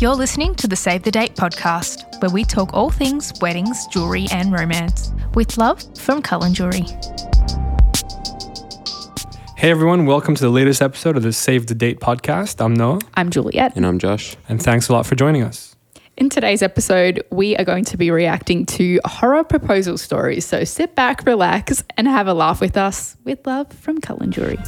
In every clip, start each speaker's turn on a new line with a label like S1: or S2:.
S1: You're listening to the Save the Date podcast, where we talk all things weddings, jewellery, and romance with love from Cullen Jewellery.
S2: Hey everyone, welcome to the latest episode of the Save the Date podcast. I'm Noah,
S3: I'm Juliet.
S4: And I'm Josh.
S2: and thanks a lot for joining us.
S3: In today's episode, we are going to be reacting to horror proposal stories. So sit back, relax, and have a laugh with us with love from Cullen Jury.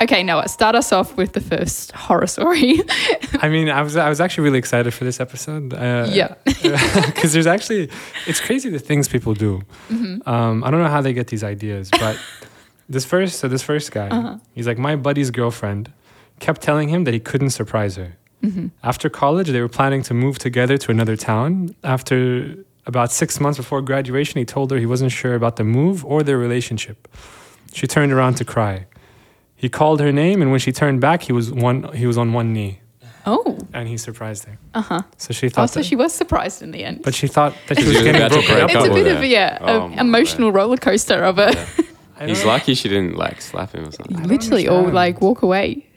S3: Okay, Noah, start us off with the first horror story.
S2: I mean, I was I was actually really excited for this episode. Uh,
S3: yeah.
S2: because there's actually it's crazy the things people do. Um, I don't know how they get these ideas, but this first so this first guy, he's like my buddy's girlfriend kept telling him that he couldn't surprise her. After college, they were planning to move together to another town. After about six months before graduation, he told her he wasn't sure about the move or their relationship. She turned around to cry. He called her name, and when she turned back, he was one. He was on one knee,
S3: Oh,
S2: and he surprised her.
S3: uh huh.
S2: So she
S3: Oh,
S2: thought,
S3: so
S2: that-
S3: she was surprised in the end.
S2: but she thought that she was
S4: You're
S2: getting
S4: about to
S2: broken
S4: break
S2: up.
S3: it's a
S2: with.
S4: up.
S3: bit of yeah,
S4: Oh
S3: a
S4: my
S3: emotional roller coaster of a
S2: I don't
S4: He's
S2: know.
S4: lucky she didn't like slap him or something.
S3: literally or
S2: understand.
S3: like walk away.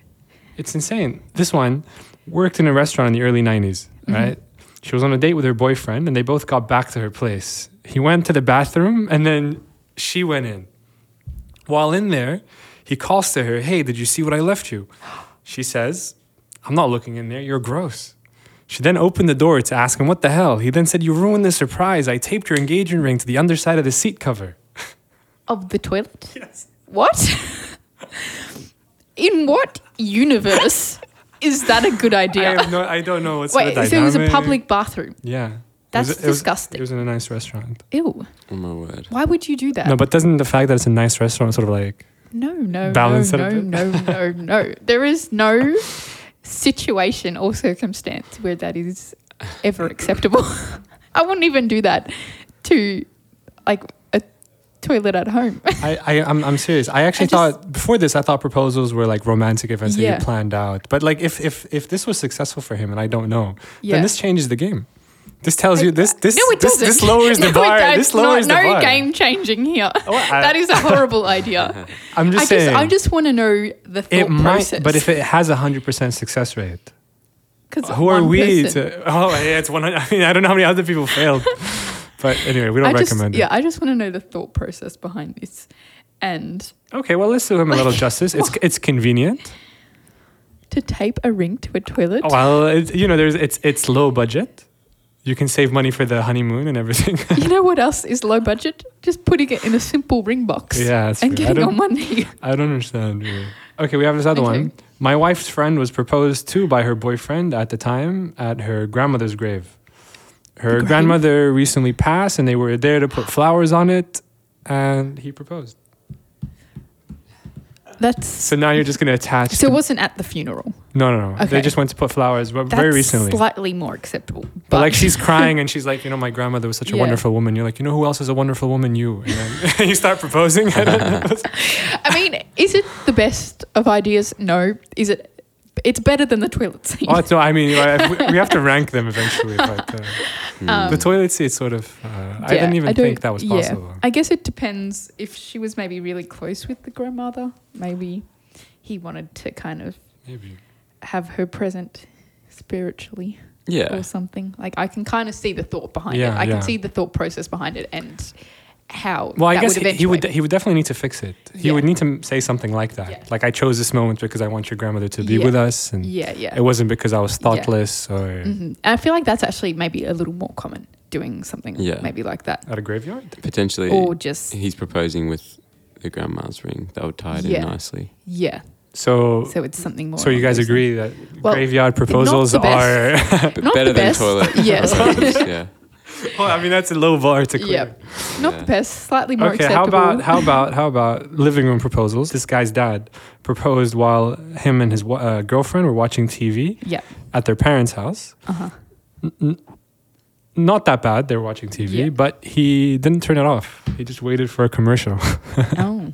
S2: It's insane. This one worked in a restaurant in the early 90s,
S3: Mm-hmm.
S2: right? She was on a date with her boyfriend and they both got back to her place. He went to the bathroom and then she went in. While in there, he calls to her, Hey, did you see what I left you? She says, I'm not looking in there. You're gross. She then opened the door to ask him, What the hell? He then said, You ruined the surprise. I taped your engagement ring to the underside of the seat cover.
S3: Of the toilet? Yes. What? in what universe is that a good
S2: I,
S3: idea?
S2: have no, I don't know what's
S3: Wait,
S2: the
S3: so it was a
S2: dynamic.
S3: public bathroom.
S2: Yeah.
S3: That's
S2: It was- it was-
S3: disgusting.
S2: It was in a nice restaurant.
S3: Ew.
S4: Oh my word.
S3: Why would you do that?
S2: No, but doesn't the fact that it's a nice restaurant sort of like
S3: no, no, no,
S2: Balance it a
S3: no,
S2: bit.
S3: no, no, no. There is no situation or circumstance where that is ever acceptable. I wouldn't even do that to like a toilet at home.
S2: I, I I'm, I'm serious. I actually
S3: I just-
S2: thought before this I thought proposals were like romantic events that
S3: Yeah.
S2: you planned out. But like if if if this was successful for him and I don't know,
S3: Yeah.
S2: then this changes the game. This tells you this this
S3: no, it
S2: this,
S3: doesn't.
S2: this lowers
S3: No,
S2: the
S3: it
S2: bar.
S3: does
S2: This lowers
S3: not.
S2: the
S3: no
S2: bar. Oh,
S3: game changing here.
S2: I-
S3: that is a horrible idea.
S2: I'm just
S3: I
S2: saying.
S3: Just, I just want to know the thought
S2: it might,
S3: process.
S2: but if it has a hundred percent success rate,
S3: 'Cause
S2: who are
S3: one
S2: we
S3: person-
S2: to? Oh, yeah, it's one. I mean, I don't know how many other people failed, but anyway, we
S3: I
S2: don't
S3: just,
S2: recommend
S3: yeah,
S2: it.
S3: I just want to know the thought process behind this, and
S2: Okay, well, let's do him a little justice. It's it's convenient.
S3: to tape a ring to a toilet.
S2: Well, it, you know, there's it's it's low budget. You can save money for the honeymoon and everything.
S3: You know what else is low budget? Just putting it in a simple ring box.
S2: Yeah, that's
S3: and
S2: true. I
S3: getting
S2: don't-
S3: on one knee.
S2: I don't understand. really. Okay, we have this other
S3: Okay.
S2: one. My wife's friend was proposed to by her boyfriend at the time at her grandmother's grave. Her
S3: grave?
S2: grandmother recently passed, and they were there to put flowers on it, and he proposed.
S3: That's
S2: So now you're just gonna attach?
S3: so. It wasn't at the funeral.
S2: no, no, no. They
S3: Okay.
S2: just went to put flowers but
S3: That's
S2: very recently.
S3: slightly more acceptable. But,
S2: but like she's crying and she's like, you know, my grandmother was such a
S3: Yeah.
S2: wonderful woman. You're like, you know, who else is a wonderful woman? You. And then you start proposing. I don't know.
S3: I mean, is it the best of ideas? No. Is it? It's better than the toilet seat.
S2: Oh no! I mean, I- we we have to rank them eventually. But uh, the toilet seat sort of. Uh, I
S3: Um, Yeah,
S2: didn't even
S3: don't-
S2: think that was
S3: yeah.
S2: possible.
S3: I guess it depends if she was maybe really close with the grandmother. Maybe he wanted to kind of
S2: Maybe.
S3: have her present spiritually
S4: Yeah.
S3: or something. Like I can kind of see the thought behind
S2: Yeah,
S3: it. I
S2: yeah.
S3: can see the thought process behind it and how.
S2: Well, I
S3: that
S2: guess he, he would.
S3: eventuate.
S2: He would definitely need to fix it. He
S3: Yeah.
S2: would need to m- say something like that.
S3: Yeah.
S2: Like I chose this moment because I want your grandmother to be
S3: Yeah.
S2: with us, and
S3: Yeah, yeah.
S2: it wasn't because I was
S3: Yeah.
S2: thoughtless or
S3: Mhm. I feel like that's actually maybe a little more common doing something
S4: Yeah.
S3: maybe like that,
S2: at a graveyard.
S4: Potentially,
S3: or just
S4: he's proposing with the grandma's ring. That would tie it
S3: Yeah.
S4: in nicely.
S3: yeah.
S2: So, so,
S3: So it's something more.
S2: you
S3: along
S2: guys
S3: those lines.
S2: agree that
S3: Well,
S2: graveyard proposals
S3: the
S2: are?
S3: best.
S4: But
S3: Not
S4: better
S3: the
S4: than
S3: best.
S4: toilet.
S3: Yes.
S4: proposals, yeah.
S2: well, I mean, that's a low bar to clear.
S3: Yep. Not the
S4: Yeah.
S3: best, slightly more
S2: okay,
S3: acceptable.
S2: how about how about how about living room proposals? This guy's dad proposed while him and his wa- uh, girlfriend were watching TV
S3: Yeah.
S2: at their parents' house.
S3: Uh-huh.
S2: N- n- not that bad. They were watching TV,
S3: Yeah.
S2: but he didn't turn it off. He just waited for a commercial.
S3: oh.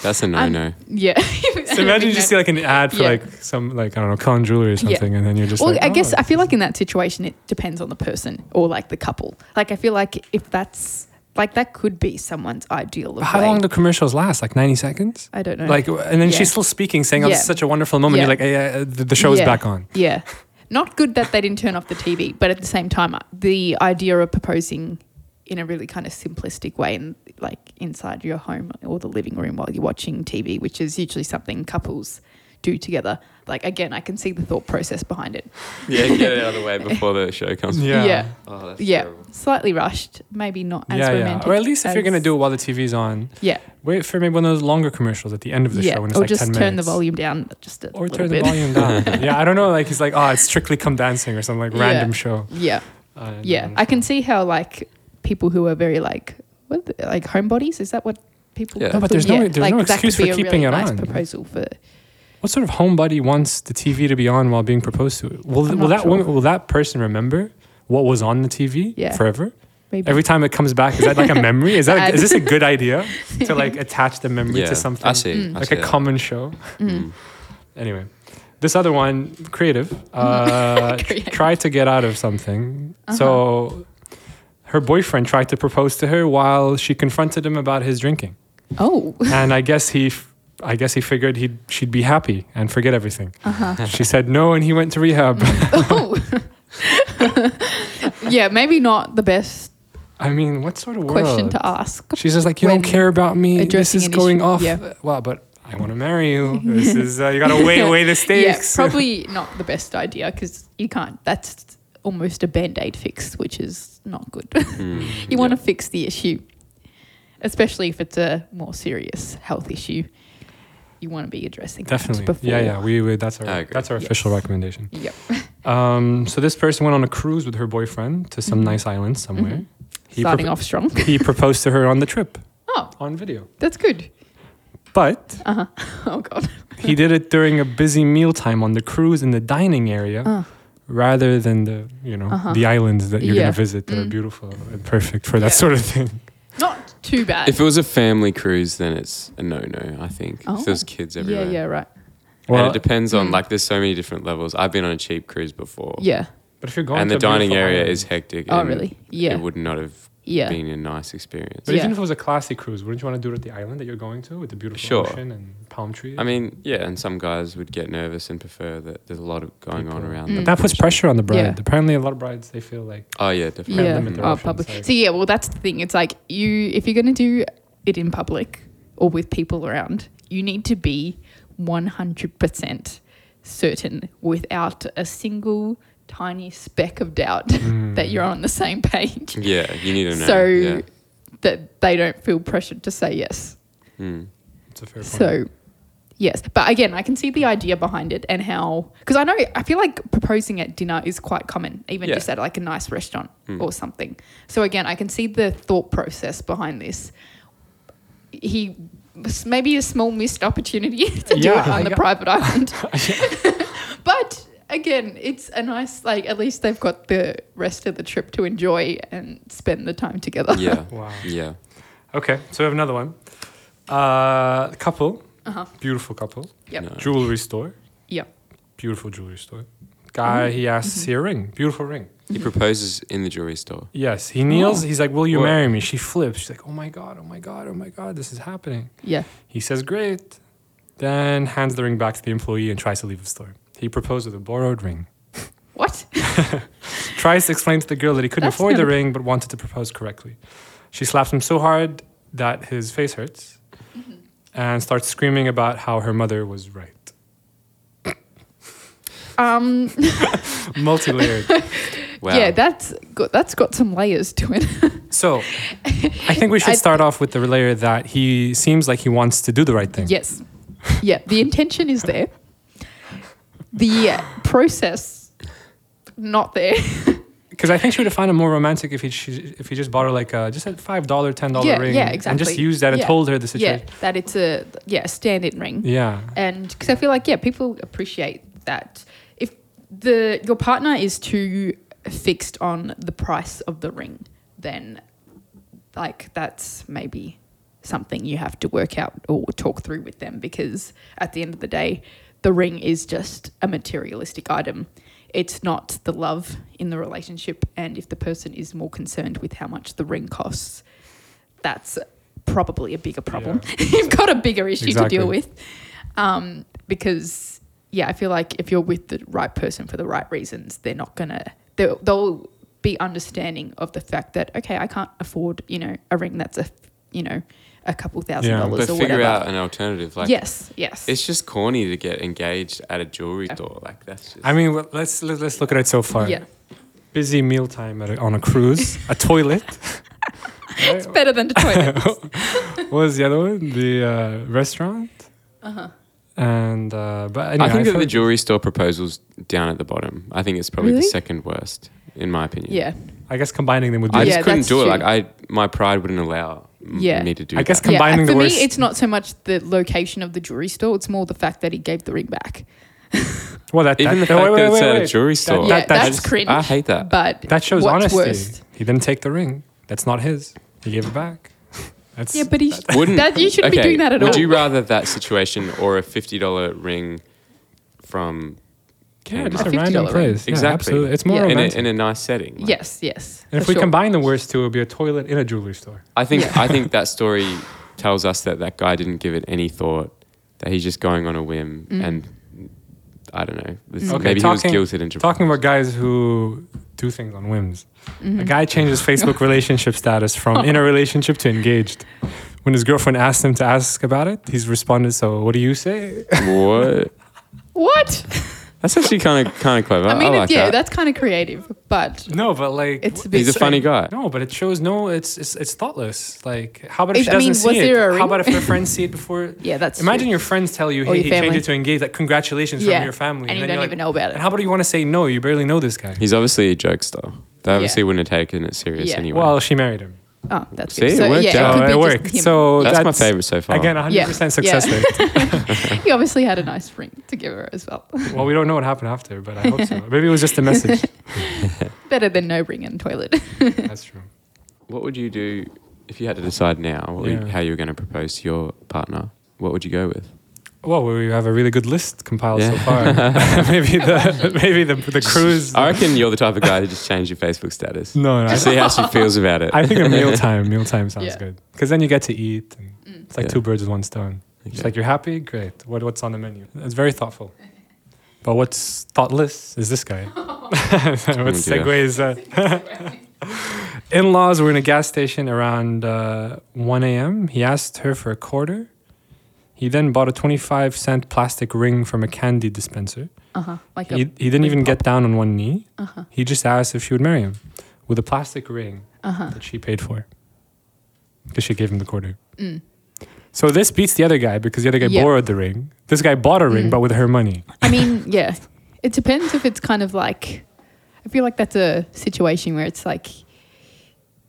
S4: That's a no no.
S3: Yeah.
S2: So imagine you just see like an ad for
S3: Yeah.
S2: like some like I don't know con jewelry or
S3: Yeah.
S2: something, and then you're just
S3: Well,
S2: like,
S3: I guess
S2: "Oh,
S3: I feel like in that situation it depends on the person or like the couple. Like I feel like if that's like that could be someone's ideal. Of
S2: But how
S3: way.
S2: long do commercials last? Like ninety seconds?
S3: I don't know.
S2: Like, and then
S3: Yeah.
S2: she's still speaking, saying, "Oh, this
S3: Yeah.
S2: is such a wonderful moment."
S3: Yeah.
S2: You're like, "Hey, uh, the, the show's
S3: Yeah.
S2: back on."
S3: yeah, not good that they didn't turn off the TV, but at the same time, uh, the idea of proposing in a really kind of simplistic way and like inside your home or the living room while you're watching TV, which is usually something couples do together. Like again, I can see the thought process behind it.
S4: Yeah, get it out of the way before the show comes.
S2: Yeah.
S3: Yeah.
S4: Oh, that's
S3: Yeah,
S4: terrible.
S3: slightly rushed, maybe not as
S2: yeah, yeah.
S3: romantic.
S2: Or at least if you're gonna
S3: as-
S2: do it while the TV's on,
S3: yeah,
S2: wait for maybe one of those longer commercials at the end of the show when it's
S3: or
S2: like
S3: just
S2: ten
S3: turn the
S2: minutes.
S3: volume down just a
S2: Or
S3: little
S2: turn
S3: bit.
S2: the volume down. yeah, I don't know. Like he's like, "Oh, it's strictly come dancing" or some like
S3: Yeah.
S2: random show.
S3: yeah,
S2: Uh,
S3: yeah. I can see how like people who are very like what are they- like homebodies is that what people?
S4: Yeah. No,
S2: but there's no- there's no
S3: that could
S2: excuse for
S3: be a
S2: keeping
S3: really
S2: it
S3: nice
S2: on.
S3: Proposal for
S2: What sort of homebody wants the TV to be on while being proposed to? Will,
S3: I'm
S2: will
S3: not
S2: that
S3: sure.
S2: woman, will that person remember what was on the TV
S3: Yeah.
S2: forever?
S3: maybe
S2: Every time it comes back, is that like a memory? Is that
S3: Bad.
S2: is this a good idea to like attach the memory
S4: Yeah,
S2: to something?
S4: I see.
S3: Mm.
S4: I
S2: Like
S4: see
S2: a
S4: that.
S2: common show.
S3: Mm-hmm.
S4: Mm.
S2: Anyway, this other one, creative. Uh,
S3: Creative. Uh-huh.
S2: Try to get out of something. So, her boyfriend tried to propose to her while she confronted him about his drinking,
S3: oh
S2: and I guess he. f- I guess he figured he'd, she'd be happy and forget everything.
S3: uh-huh.
S2: She said no, and he went to rehab.
S3: oh yeah maybe not the best
S2: I mean, what sort of world?
S3: question to ask.
S2: She's just like, you
S3: when
S2: don't care about me. This
S3: addressing
S2: is
S3: an
S2: going
S3: issue."
S2: off.
S3: Yeah.
S2: Well, but I want to marry you. This is uh, you gotta weigh away the stakes.
S3: Yeah, probably not the best idea because you can't. That's almost a band aid fix, which is not good.
S4: Mm,
S3: You want to
S4: yeah.
S3: fix the issue, especially if it's a more serious health issue. You want to be addressing that
S2: Definitely.
S3: before.
S2: Yeah, yeah. We, we that's
S4: I
S2: our
S4: agree.
S2: that's our
S3: Yes.
S2: official recommendation.
S3: Yep.
S2: Um, so this person went on a cruise with her boyfriend to some
S3: Mhm.
S2: nice island somewhere.
S3: Mhm.
S2: He
S3: Starting
S2: propo-
S3: off strong.
S2: he proposed to her on the trip
S3: Oh,
S2: on video,
S3: that's good.
S2: but
S3: Uh huh. Oh god.
S2: he did it during a busy mealtime on the cruise in the dining area.
S3: Uh.
S2: Rather than the you know
S3: Uh-huh.
S2: the islands that you're
S3: Yeah.
S2: gonna visit that are
S3: Mm.
S2: beautiful and perfect for that
S3: Yeah.
S2: sort of thing.
S3: Not too bad.
S4: If it was a family cruise, then it's a no no, I think. 'Cause
S3: Oh.
S4: There's kids everywhere.
S3: Yeah, yeah, right.
S4: and it depends on,
S3: Mm.
S4: like, there's so many different levels. I've been on a cheap cruise before.
S3: Yeah.
S2: but if you're going
S4: And
S2: to
S4: the
S2: a beautiful
S4: dining area
S2: island-
S4: is hectic.
S3: Oh
S4: and
S3: really? Yeah.
S4: It would not have
S3: yeah.
S4: been a nice experience.
S2: But even
S3: Yeah.
S2: if it was a classy cruise, wouldn't you want to do it at the island that you're going to with the beautiful
S4: Sure.
S2: ocean and palm trees?
S4: I mean, yeah, and some guys would get nervous and prefer that there's a lot of going on
S2: People.
S4: around
S3: Mm.
S4: them.
S2: that puts pressure on the bride.
S3: Yeah.
S2: Apparently, a lot of brides they feel like
S4: Oh, yeah, definitely.
S3: yeah.
S2: limit their
S3: oh,
S2: options,
S3: public.
S2: like-
S3: so yeah, well, that's the thing. It's like you, if you're going to do it in public or with people around, you need to be 100% certain without a single tiny speck of doubt
S2: hmm, Mm.
S3: that you're on the same page.
S4: Yeah, you need to know.
S3: So
S4: yeah.
S3: that they don't feel pressured to say yes.
S4: Mm.
S2: it's a fair point.
S3: So, yes. But again, I can see the idea behind it and how, because I know, I feel like proposing at dinner is quite common, even
S4: Yeah.
S3: just at like a nice restaurant
S2: Hmm.
S4: Mm.
S3: or something. So, again, I can see the thought process behind this. He was maybe a small missed opportunity to do
S2: Yeah,
S3: it on
S2: I
S3: the
S2: got-
S3: private island. but again, it's a nice, like, at least they've got the rest of the trip to enjoy and spend the time together.
S4: Yeah.
S2: Wow.
S4: Yeah.
S2: Okay, so we have another one. Uh, couple,
S3: Uh-huh.
S2: beautiful couple,
S3: Yep.
S4: No.
S2: jewelry store,
S3: Yep.
S2: beautiful jewelry store.
S3: Mm-hmm.
S2: Guy, he asks to see a ring, beautiful ring.
S4: He proposes in the jewelry store.
S2: Yes, he kneels.
S3: Oh.
S2: He's like, "Will you
S4: Whoa.
S2: marry me?" She flips. She's like, "Oh my god, oh my god, oh my god, this is happening."
S3: Yeah.
S2: He says, "Great." Then hands the ring back to the employee and tries to leave the store. He proposed with a borrowed ring.
S3: What?
S2: tries to explain to the girl that he couldn't
S3: That's
S2: afford
S3: not
S2: the
S3: a-
S2: ring but wanted to propose correctly. She slaps him so hard that his face hurts
S3: Mm-hmm.
S2: and starts screaming about how her mother was right.
S3: Um,
S2: Multi layered.
S4: Wow.
S3: Yeah, that's got, that's got some layers to it.
S2: so I think we
S3: I-
S2: should start off with the layer that he seems like he wants to do the right thing.
S3: yes. Yeah, the intention is there. The process not there.
S2: Because I think she would have found it more romantic if he she, if he just bought her like a, just a five dollar ten dollar
S3: yeah,
S2: ring
S3: yeah,
S2: and
S3: exactly.
S2: just used that and
S3: Yeah.
S2: told her the
S3: yeah,
S2: situation.
S3: that it's a yeah, a stand-in ring.
S2: Yeah.
S3: and because I feel like yeah, people appreciate that if the your partner is too fixed on the price of the ring, then like that's maybe something you have to work out or talk through with them because at the end of the day, the ring is just a materialistic item. It's not the love in the relationship. And if the person is more concerned with how much the ring costs, that's probably a bigger problem. You've got a bigger issue to
S2: Exactly.
S3: deal with. Um, because, yeah, I feel like if you're with the right person for the right reasons, they're not going to, they'll, they'll be understanding of the fact that, okay, I can't afford, you know, a ring that's a, you know, a couple thousand
S2: Yeah.
S4: But
S3: dollars or
S4: figure
S3: whatever.
S4: out an alternative. Like,
S3: yes, yes.
S4: it's just corny to get engaged at a jewelry store. Like, that's just.
S2: I mean, well, let's let- let's look at it so far.
S3: Yeah.
S2: Busy mealtime at a, on a cruise, a toilet.
S3: It's better than the toilet.
S2: what was the other one? The uh, restaurant.
S3: Uh-huh.
S2: And uh, but anyway,
S4: I think that the
S2: felt-
S4: jewelry store proposal's down at the bottom. I think it's probably the
S3: Really?
S4: second worst, in my opinion.
S3: yeah.
S2: I guess combining them would be.
S4: I
S3: Yeah,
S4: just couldn't
S3: that's
S4: do it.
S3: true.
S4: Like I, my pride wouldn't allow m-
S3: Yeah.
S4: me to do.
S2: I guess
S4: that.
S2: combining
S3: yeah,
S2: the
S3: for
S2: worst-
S3: me, it's not so much the location of the jewelry store; it's more the fact that he gave the ring back.
S2: well, that,
S4: even the
S2: that,
S4: fact
S2: wait, wait,
S4: that it's
S2: wait,
S4: at a
S2: wait.
S4: jewelry
S2: That-
S4: store.
S3: yeah,
S2: that-
S3: that's
S4: I
S3: cringe.
S4: hate that.
S3: But
S2: That shows
S3: what's
S2: honesty.
S3: Worst?
S2: He didn't take the ring. That's not his. He gave it back. That's
S3: Yeah, but he
S4: Wouldn't
S3: that you shouldn't be
S4: okay,
S3: doing that at
S4: would
S3: all.
S4: you rather that situation or a fifty dollar ring from
S2: yeah, just
S3: A
S2: a random
S3: $50 ring.
S2: place. Yeah,
S4: Exactly.
S2: absolutely. It's more
S3: Yeah.
S4: in a,
S2: romantic.
S4: in a nice setting? Like,
S3: yes, yes.
S2: and if
S3: for
S2: we
S3: sure.
S2: combine the worst two, it would be a toilet in a jewelry store.
S4: I think
S3: Yeah.
S4: I think that story tells us that that guy didn't give it any thought. That he's just going on a whim,
S3: Mm.
S4: and I don't know. This-
S2: Okay,
S4: maybe
S2: talking-
S4: he was guilted into
S2: Talking about guys who do things on whims. A
S3: Mhm.
S2: guy changes Facebook relationship status from in a relationship to engaged. When his girlfriend asked him to ask about it, he's responded, "So what do you say?"
S4: what?
S3: what?
S4: That's actually kind of kind of clever.
S3: I mean,
S4: like
S3: yeah,
S4: that.
S3: that's kind of creative, but
S2: no, but like
S3: it's a bit.
S4: He's a funny guy.
S2: no, but it shows no. It's it's it's thoughtless. Like how about if
S3: Is-
S2: she
S3: I mean,
S2: doesn't
S3: was
S2: see it?
S3: there a
S2: How
S3: ring?
S2: about if your friends see it before?
S3: Yeah, that's.
S2: Imagine
S3: true.
S2: your friends tell you,
S3: Or
S2: "Hey,
S3: your
S2: he
S3: family.
S2: changed it to engaged." Like congratulations
S3: yeah,
S2: from your family,
S3: and you
S2: then
S3: don't
S2: you're
S3: even
S2: like,
S3: know about
S2: And
S3: it.
S2: how about you want to say no? You barely know this guy.
S4: He's obviously a jokester. They obviously wouldn't have taken it serious
S3: Yeah.
S4: anyway.
S2: Well, she married him.
S3: Oh, that's
S4: See,
S3: good.
S4: it
S3: So,
S4: worked
S3: yeah,
S4: out.
S3: It,
S2: so
S3: could be
S2: Oh, it
S3: just
S2: worked.
S3: him.
S2: So
S4: that's,
S2: that's,
S4: my favorite so far.
S2: Again, 100% success
S3: Yeah.
S2: rate.
S3: he obviously had a nice ring to give her as well.
S2: Well, we don't know what happened after, but I hope so. Maybe it was just a message.
S3: Better than no ring and toilet.
S2: That's true.
S4: What would you do if you had to decide now what you-
S2: Yeah.
S4: how you were going to propose to your partner? What would you go with?
S2: Well, we have a really good list compiled so
S4: Yeah.
S2: far. maybe the maybe the the cruise.
S4: I reckon you're the type of guy to just change your Facebook status.
S2: No, no. I,
S4: Just see how she feels about it.
S2: I think a mealtime. Mealtime sounds
S3: Yeah.
S2: good because then you get to eat. And it's like
S4: Yeah.
S2: two birds with one stone. It's
S4: Okay.
S2: like you're happy, great. What what's on the menu? It's very thoughtful. But what's thoughtless is this guy. what
S4: Oh, dear.
S2: segues? Uh, in-laws were in a gas station around uh, 1 a.m. He asked her for a quarter. He then bought a 25 cent plastic ring from a candy dispenser.
S3: Uh
S4: Uh-huh.
S3: huh. Like
S2: He,
S3: a.
S2: he didn't
S3: ring
S2: even get
S3: pop.
S2: down on one knee.
S3: Uh huh.
S2: He just asked if she would marry him with a plastic ring
S3: Uh huh.
S2: that she paid for because she gave him the quarter.
S3: Mm.
S2: So this beats the other guy because the other guy
S3: Yeah.
S2: borrowed the ring. This guy bought a ring,
S3: Mm.
S2: but with her money.
S3: I mean, yeah. It depends if it's kind of like. I feel like that's a situation where it's like,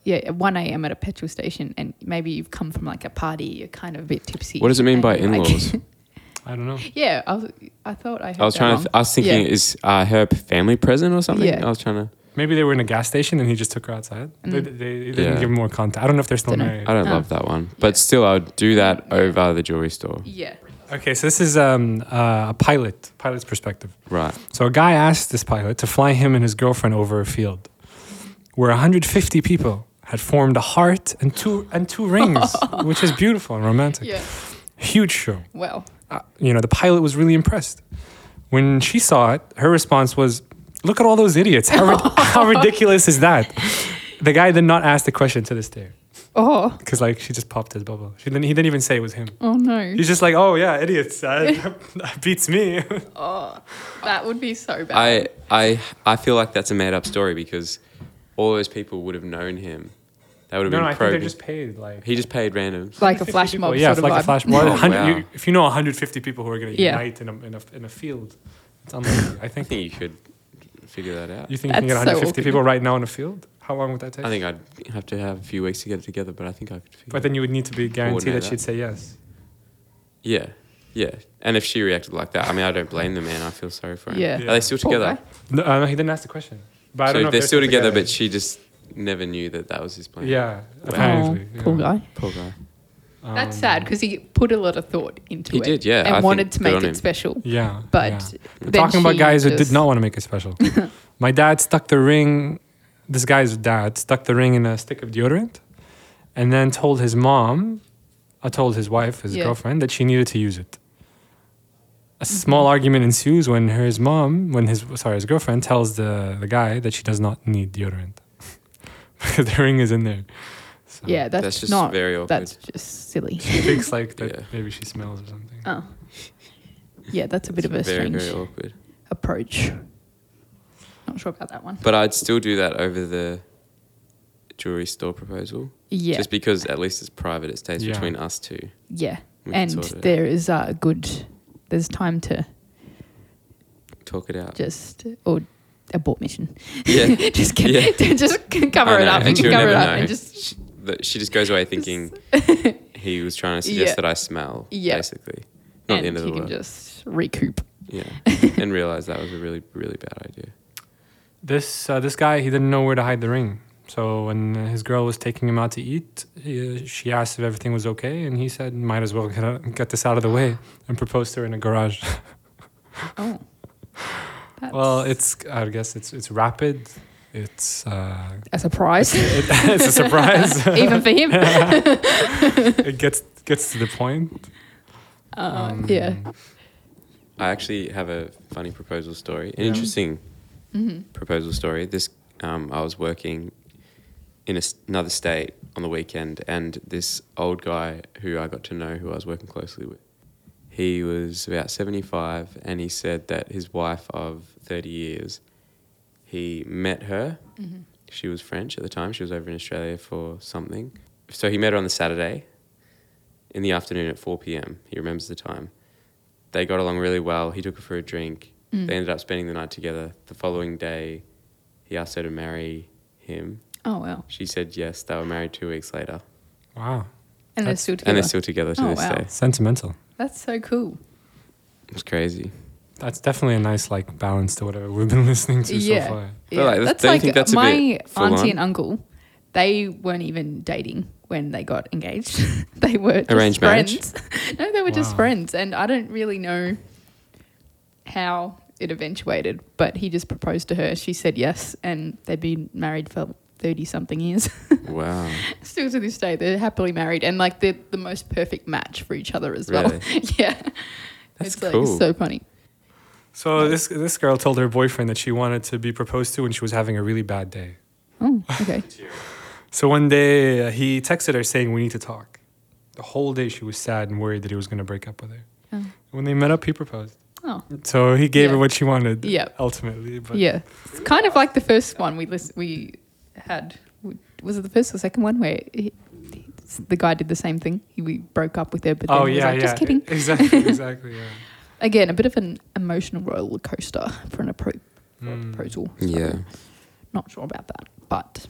S3: yeah, at 1 a.m. at a petrol station, and maybe you've come from like a party, you're kind of a bit tipsy.
S4: What does it mean
S3: and
S4: by
S3: you're like-
S4: in-laws?
S2: I don't know.
S3: yeah, I, was, I thought I heard
S4: I was
S3: that
S4: trying to.
S3: wrong.
S4: Th- I was thinking,
S3: Yeah.
S4: is uh, her p- family present or something?
S3: Yeah.
S4: I was trying to.
S2: Maybe they were in a gas station and he just took her outside. They,
S3: Mm.
S2: they, they didn't
S4: Yeah.
S2: give more contact. I don't know if they're still
S3: Dunno.
S2: married.
S4: I don't
S3: Oh.
S4: love that one, but still, I would do that over the jewelry store.
S3: Yeah.
S2: Okay, so this is um, uh, a pilot, pilot's perspective.
S4: Right.
S2: So a guy asked this pilot to fly him and his girlfriend over a field where 150 people had formed a heart and two and two rings, which is beautiful and romantic.
S3: Yeah.
S2: Huge show.
S3: Well,
S2: Uh, you know, the pilot was really impressed. When she saw it, her response was, "Look at all those idiots! How, rid- how ridiculous is that?" The guy did not ask the question to this day
S3: oh,
S2: because, like, she just popped his bubble. She didn't, he didn't even say it was him.
S3: oh no.
S2: He's just like, "Oh yeah, idiots! Uh, beats me."
S3: Oh, that would be so bad.
S4: I I I feel like that's a made up story because all those people would have known him. That would have
S2: no, no,
S4: been
S2: I think
S4: pro.
S2: they're just paid like.
S4: he just paid randoms.
S3: like a
S2: 50
S3: flash
S2: people,
S3: mob.
S2: Yeah,
S3: sort
S2: it's like
S3: of
S2: a
S3: vibe.
S2: flash mob.
S4: Oh,
S2: 100
S4: wow.
S2: you- if you know 150 people who are going to
S3: Yeah.
S2: unite in a, in, a, in a field, it's unlikely. I
S4: I
S2: think.
S4: think you could figure that out.
S2: You think you can get
S3: That's
S2: 150
S3: so awkward.
S2: people right now in a field? How long would that take?
S4: I think I'd have to have a few weeks to get it together, but I think I could figure.
S2: But then you would need to be guaranteed
S4: Coordinate
S2: that she'd
S4: that.
S2: say yes.
S4: yeah, yeah. And if she reacted like that, I mean, I don't blame the man. I feel sorry for him.
S3: Yeah.
S4: Are they still
S3: Poor
S4: together?
S2: No,
S3: guy.
S2: uh, no, he didn't ask the question. But I
S4: so
S2: don't know if
S4: they're still together, but
S2: together.
S4: she just never knew that that was his plan.
S2: yeah,
S4: Wow.
S2: apparently.
S3: Oh, poor
S2: yeah. Um,
S3: guy.
S4: Poor guy.
S3: That's sad because he put a lot of thought into
S4: He
S3: it.
S4: did, yeah. I
S3: And
S4: think
S3: wanted to
S4: good
S3: make
S4: on
S3: it
S4: him.
S3: special.
S2: Yeah.
S3: But
S2: yeah. We're
S3: then
S2: talking about
S3: she
S2: guys who did
S3: just-
S2: not want to make it special. My dad stuck the ring, this guy's dad stuck the ring in a stick of deodorant and then told his mom, I told his wife, his
S3: Yeah. Mm-hmm.
S2: girlfriend, that she needed to use it. A small argument ensues when her, his mom, when his, sorry, his girlfriend tells the, the guy that she does not need deodorant because the ring is in there. So
S3: Yeah, that's,
S4: That's just
S3: not
S4: very awkward.
S3: That's just silly.
S2: She thinks like that
S4: Yeah.
S2: maybe she smells or something.
S3: Oh. Yeah, that's a bit of a
S4: very,
S3: strange
S4: very awkward.
S3: approach. Not sure about that one.
S4: But I'd still do that over the jewelry store proposal.
S3: Yeah.
S4: Just because at least it's private, it stays
S2: Yeah.
S4: between us two.
S3: yeah.
S4: We can
S3: And
S4: sort it out.
S3: there is uh, good, there's time to
S4: Talk it out.
S3: just, or abort mission.
S4: Yeah.
S3: just get,
S4: Yeah.
S3: to just cover
S4: I
S3: it
S4: know,
S3: up and
S4: she'll
S3: cover
S4: never
S3: it up
S4: know.
S3: and just,
S4: she, that- she just goes away thinking he was trying to suggest
S3: Yeah.
S4: that I smell,
S3: Yeah.
S4: basically. Not
S3: and
S4: the end of the
S3: you can
S4: world.
S3: just recoup.
S4: yeah. and realize that was a really, really bad idea.
S2: This uh, this guy he didn't know where to hide the ring. So when his girl was taking him out to eat, uh, she asked if everything was okay, and he said, "Might as well get, out, get this out of the way," and proposed to her in a garage.
S3: Oh. That's
S2: well, it's I guess it's it's rapid. It's uh,
S3: a surprise,
S2: it, it's a surprise.
S3: even for him.
S2: it gets gets to the point. Um,
S3: Uh, yeah.
S4: I actually have a funny proposal story, an
S2: Yeah.
S4: interesting proposal story. This, um, I was working in a s another state on the weekend, and this old guy who I got to know, who I was working closely with, he was about 75, and he said that his wife of 30 years, he met her. She was French at the time. She was over in Australia for something. So he met her on the Saturday in the afternoon at 4 p.m. He remembers the time they got along really well. He took her for a drink.
S3: Mm.
S4: They ended up spending the night together. The following day, he asked her to marry him.
S3: Oh wow.
S4: She said yes. They were married two weeks later,
S2: Wow,
S3: And they're
S2: That's-
S3: still together.
S4: and they're still together to
S3: Oh,
S4: this
S3: wow.
S4: day.
S2: sentimental.
S3: That's so cool.
S4: It's crazy.
S2: That's definitely a nice like balance to whatever we've been listening to
S3: yeah.
S2: so far.
S4: But, like,
S3: that's
S4: don't you
S3: like
S4: think that's a
S3: my
S4: bit full
S3: auntie
S4: on?
S3: and uncle. They weren't even dating when they got engaged. they were just
S4: Arranged marriage?
S3: friends. no, they were just
S2: Wow.
S3: friends, and I don't really know how it eventuated. But he just proposed to her. She said yes, and they've been married for thirty something years.
S4: Wow.
S3: Still to this day, they're happily married, and like they're the most perfect match for each other as well. yeah,
S4: That's
S3: it's
S4: cool.
S3: like so funny.
S2: So this this girl told her boyfriend that she wanted to be proposed to when she was having a really bad day.
S3: Oh, okay.
S2: So one day uh, he texted her saying, We need to talk. The whole day she was sad and worried that he was going to break up with her.
S3: Oh.
S2: When they met up, he proposed.
S3: oh.
S2: So he gave her
S3: Yeah.
S2: what she wanted
S3: Yeah.
S2: ultimately. But
S3: yeah, it's kind of like the first one we list- we had. Was it the first or second one where he, he- the guy did the same thing? He we broke up with her, but then
S2: oh,
S3: he was
S2: yeah,
S3: like,
S2: yeah.
S3: just kidding.
S2: Exactly, exactly. Yeah.
S3: Again, a bit of an emotional roller coaster for an appro- for a
S2: Mm.
S3: proposal. so
S4: Yeah.
S3: not sure about that, but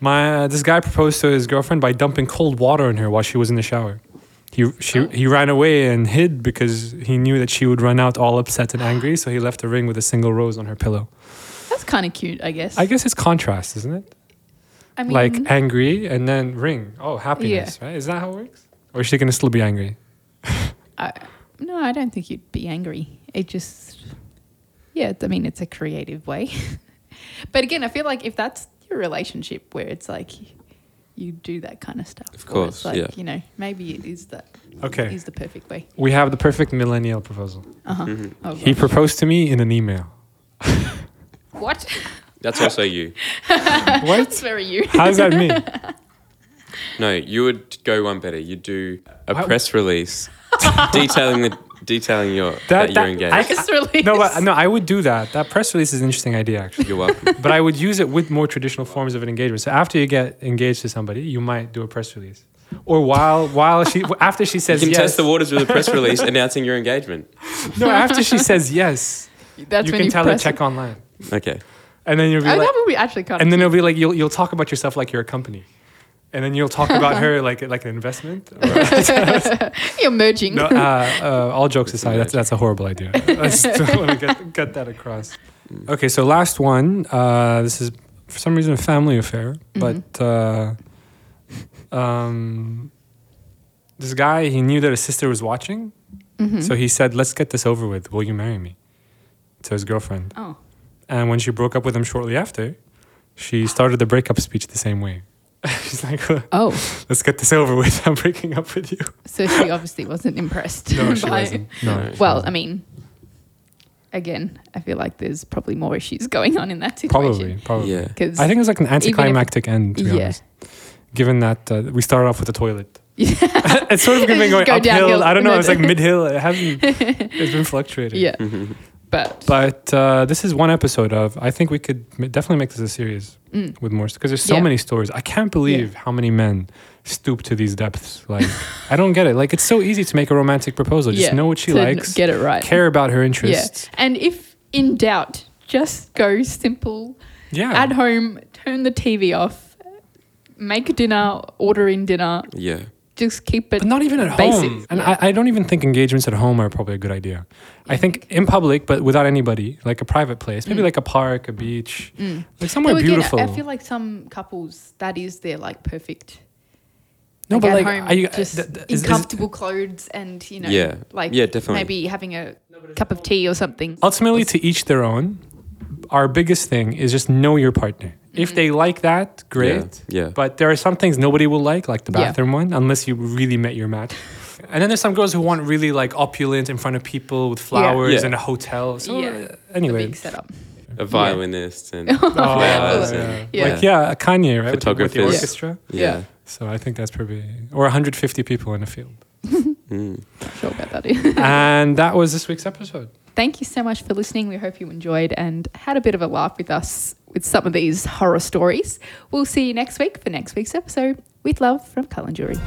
S2: My, uh, this guy proposed to his girlfriend by dumping cold water on her while she was in the shower. He, she,
S3: Oh.
S2: he ran away and hid because he knew that she would run out all upset and angry, so he left a ring with a single rose on her pillow.
S3: that's kind of cute, I guess.
S2: I guess it's contrast, isn't it?
S3: I mean,
S2: like angry and then ring. Oh, happiness, right? Is that how it works? Or is she gonna still be angry?
S3: I, no, I don't think you'd be angry. It just, yeah, I mean, it's a creative way. but again, I feel like if that's your relationship where it's like you do that kind of stuff,
S4: Of
S3: or it's
S4: course,
S3: like,
S4: yeah.
S3: You know, maybe it is that
S2: Okay.
S3: is the perfect way.
S2: We have the perfect millennial proposal.
S3: Uh huh. Oh,
S2: He proposed to me in an email.
S3: what?
S4: That's also you.
S3: That's
S2: what?
S3: very you.
S2: How does that mean?
S4: No, you would go one better. You'd do a
S2: Why-
S4: press release detailing the detailing your that,
S2: That-
S4: you're
S2: that-
S4: engaged.
S2: I-
S3: Press release.
S2: No, but, no, I would do that. That press release is an interesting idea, actually.
S4: you're welcome.
S2: But I would use it with more traditional forms of an engagement. So after you get engaged to somebody, you might do a press release, or while while she after she
S4: You
S2: says
S4: can
S2: yes,
S4: test the waters with a press release announcing your engagement.
S2: no, after she says yes,
S3: That's
S2: you
S3: when
S2: can
S3: you
S2: tell
S3: press-
S2: her check online,
S4: Okay.
S2: and then you'll
S3: Oh,
S2: be like,
S3: that would be actually kind
S2: and
S3: of.
S2: then it'll be like you'll you'll talk about yourself like you're a company, and then you'll talk about her like like an investment.
S3: You're merging.
S2: No, uh, uh, all jokes aside, that's that's a horrible idea. I just want to get get that across. Okay, so last one. Uh, this is for some reason a family affair, but uh, um, this guy he knew that his sister was watching,
S3: Mm-hmm.
S2: so he said, "Let's get this over with. Will you marry me?" To his girlfriend,
S3: oh.
S2: and when she broke up with him shortly after, she started the breakup speech the same way. She's like,
S3: Oh.
S2: "Let's get this over with. I'm breaking up with you."
S3: So she obviously wasn't impressed.
S2: No, she
S3: by-
S2: wasn't. No.
S4: No.
S2: she
S3: Well,
S2: wasn't.
S3: I mean, again, I feel like there's probably more issues going on in that situation.
S2: probably, probably.
S4: Yeah.
S3: Because
S2: I think it was like an
S3: if-
S2: anticlimactic end, to be
S3: Yeah.
S2: honest. Given that uh, we started off with the toilet,
S3: yeah,
S2: it's sort of been
S3: Just
S2: going
S3: go
S2: uphill.
S3: downhill.
S2: I don't know.
S3: No,
S2: It's like mid hill. It hasn't. It's been fluctuating.
S3: yeah,
S4: Mhm.
S3: but
S2: But uh, this is one episode of. I think we could m- definitely make this a series
S3: mm,
S2: with more because there's so
S3: Yeah.
S2: many stories. I can't believe how many men stoop to these depths. Like, I don't get it. Like, it's so easy to make a romantic proposal. Just
S3: yeah,
S2: know what she
S3: to
S2: likes,
S3: Get it right.
S2: care about her interests.
S3: And if in doubt, just go simple.
S2: Yeah.
S3: At home, turn the TV off, make dinner, order in dinner.
S4: Yeah.
S3: Just keep it.
S2: but not even at
S3: basic.
S2: home. And I, I don't even think engagements at home are probably a good idea. I think in public, but without anybody, like a private place, maybe like a park, a beach,
S3: Mm.
S2: like somewhere
S3: Though again,
S2: beautiful.
S3: I feel like some couples that is their like perfect.
S2: No,
S3: like
S2: but,
S3: at
S2: like,
S3: home,
S2: are you- uh,
S3: just
S2: th- th-
S3: in
S2: is- is-
S3: comfortable clothes and you know,
S4: Yeah.
S3: like
S4: Yeah, definitely.
S3: maybe having a cup of tea or something.
S2: Ultimately, to each their own. Our biggest thing is just know your partner. If they like that, great.
S4: Mm-hmm. Yeah. yeah.
S2: But there are some things nobody will like, like the
S3: Yeah.
S2: bathroom one, unless you really met your match. And then there's some girls who want really like opulent in front of people with flowers
S4: Yeah.
S2: and a hotel. So
S3: Yeah.
S2: uh,
S3: the
S2: anyway,
S3: big setup.
S4: a violinist and
S2: Oh,
S4: flowers
S2: yeah.
S4: and-
S3: Yeah.
S2: like yeah, Kanye right with the- with the
S4: Photographers.
S2: orchestra.
S4: yeah.
S2: So I think that's probably or 150 people in a field.
S4: Mm.
S3: Not sure about that. is.
S2: and that was this week's episode.
S3: Thank you so much for listening. We hope you enjoyed and had a bit of a laugh with us with some of these horror stories. We'll see you next week for next week's episode. With love from Cullen Jury.